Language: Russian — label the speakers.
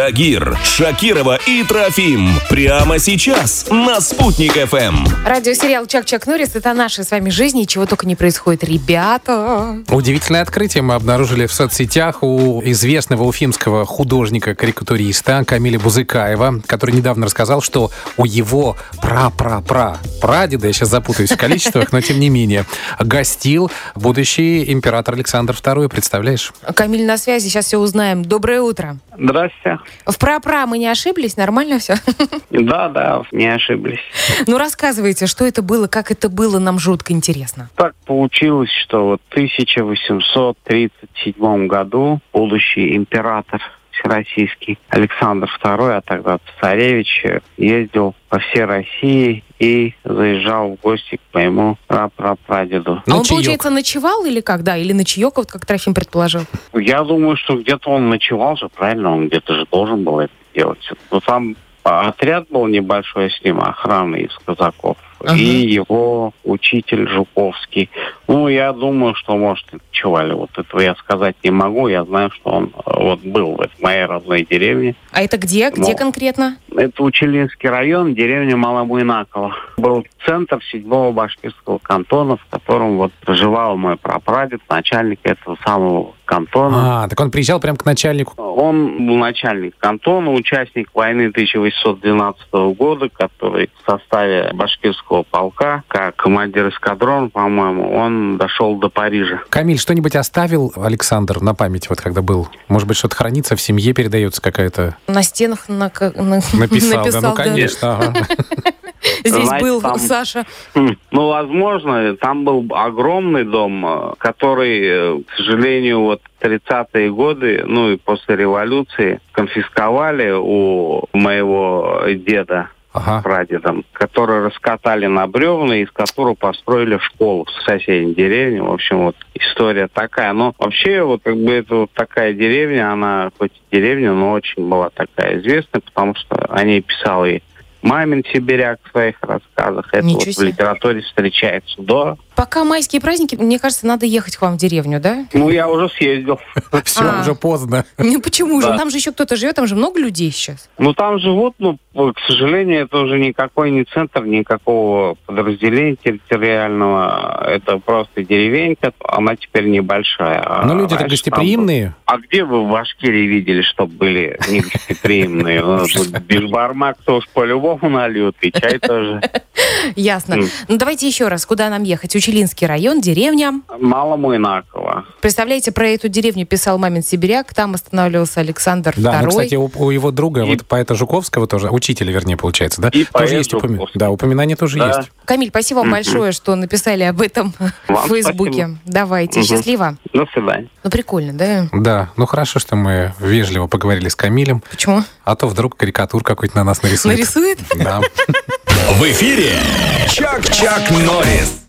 Speaker 1: Тагир, Шакирова и Трофим. Прямо сейчас на Спутник ФМ.
Speaker 2: Радиосериал «Чак-Чак Норрис» — это наши с вами жизни, и чего только не происходит. Ребята!
Speaker 3: Удивительное открытие мы обнаружили в соцсетях у известного уфимского художника-карикатуриста Камиля Бузыкаева, который недавно рассказал, что у его пра-пра-пра прадеда, я сейчас запутаюсь в количествах, но тем не менее, гостил будущий император Александр II, представляешь?
Speaker 2: Камиль на связи, сейчас все узнаем. Доброе утро.
Speaker 4: Здрасте.
Speaker 2: В пра-пра мы не ошиблись? Нормально все?
Speaker 4: Да, да, не ошиблись.
Speaker 2: Ну, рассказывайте, что это было, как это было, нам жутко интересно.
Speaker 4: Так получилось, что вот в 1837 году будущий император всероссийский Александр II, а тогда цесаревич, ездил по всей России и заезжал в гости к моему прапрапрадеду.
Speaker 2: А он,
Speaker 3: Ночаёк.
Speaker 2: получается, ночевал или когда? Или на чаек, вот как Трофим предположил?
Speaker 4: Я думаю, что где-то он ночевал же, правильно, он где-то же должен был это делать. Но там а, отряд был небольшой с ним, охраны из казаков.
Speaker 2: Ага.
Speaker 4: И его учитель Жуковский. Ну, я думаю, что, может, и ночевали. Вот этого я сказать не могу. Я знаю, что он э, вот был в этой моей родной деревне.
Speaker 2: А это где? Где
Speaker 4: Ну.
Speaker 2: конкретно?
Speaker 4: Это Учелинский район, деревня Маломуйнаково. Был центр седьмого башкирского кантона, в котором вот проживал мой прапрадед, начальник этого самого кантона.
Speaker 3: А, так он приезжал прям к начальнику.
Speaker 4: Он был начальник кантона, участник войны 1812 года, который в составе башкирского полка, как командир эскадрон, по-моему, он дошел до Парижа.
Speaker 3: Камиль, что-нибудь оставил Александр на память, вот когда был? Может быть, что-то хранится, в семье передается какая-то?
Speaker 2: На стенах на- на-
Speaker 3: Написал, да? Ну,
Speaker 2: да.
Speaker 3: конечно. ага.
Speaker 2: Здесь
Speaker 4: Знаете,
Speaker 2: был
Speaker 4: там-
Speaker 2: Саша.
Speaker 4: Хм, Ну, возможно, там был огромный дом, э, который, э, к сожалению, вот 30-е годы, ну и после революции, конфисковали у моего деда
Speaker 2: А.
Speaker 3: Ага.
Speaker 4: прадедом, который раскатали на бревна, из которого построили школу в соседней деревне. В общем, вот история такая. Но вообще, вот как бы это вот такая деревня, она хоть и деревня, но очень была такая известная, потому что о ней писал и Мамин Сибиряк в своих рассказах. Это
Speaker 2: Ничего
Speaker 4: вот в
Speaker 2: себе.
Speaker 4: литературе встречается. Да.
Speaker 2: Пока майские праздники, мне кажется, надо ехать к вам в деревню, да?
Speaker 4: Ну, я уже съездил.
Speaker 3: Все,
Speaker 2: А.
Speaker 3: уже поздно.
Speaker 2: Ну почему же?
Speaker 4: Да.
Speaker 2: Там же еще кто-то живет, там же много людей сейчас.
Speaker 4: Ну, там живут, ну, к сожалению, это уже никакой не центр, никакого подразделения территориального. Это просто деревенька, она теперь небольшая. А
Speaker 3: Но Ну, люди-то
Speaker 4: раньше там был-
Speaker 3: гостеприимные.
Speaker 4: А где вы в Башкирии видели, что были негостеприимные? Ну, тут Бешбармак-то уж по-любому нальют, и чай тоже.
Speaker 2: Ясно.
Speaker 4: М.
Speaker 2: Ну давайте еще раз, куда нам ехать? Учелинский район, деревня.
Speaker 4: Малому инаково.
Speaker 2: Представляете, про эту деревню писал Мамин Сибиряк, там останавливался Александр
Speaker 3: Да,
Speaker 2: II.
Speaker 3: ну, кстати, у, у его друга,
Speaker 4: И-
Speaker 3: вот поэта Жуковского тоже, учителя, вернее, получается, да?
Speaker 4: И
Speaker 3: тоже
Speaker 4: поэт
Speaker 3: есть упомя-
Speaker 4: Жуковский.
Speaker 3: Да, упоминание тоже
Speaker 4: Да.
Speaker 3: есть.
Speaker 2: Камиль, спасибо вам
Speaker 4: Мгм.
Speaker 2: большое, что написали об этом
Speaker 4: Вам
Speaker 2: в Фейсбуке.
Speaker 4: спасибо.
Speaker 2: Давайте,
Speaker 4: Мгм.
Speaker 2: счастливо.
Speaker 4: До свидания.
Speaker 2: Ну прикольно, да?
Speaker 3: Да, ну хорошо, что мы вежливо поговорили с Камилем,
Speaker 2: Почему?
Speaker 3: а то вдруг карикатур какой-то на нас нарисует.
Speaker 2: Нарисует?
Speaker 3: Да.
Speaker 1: В эфире Чак-Чак Норрис.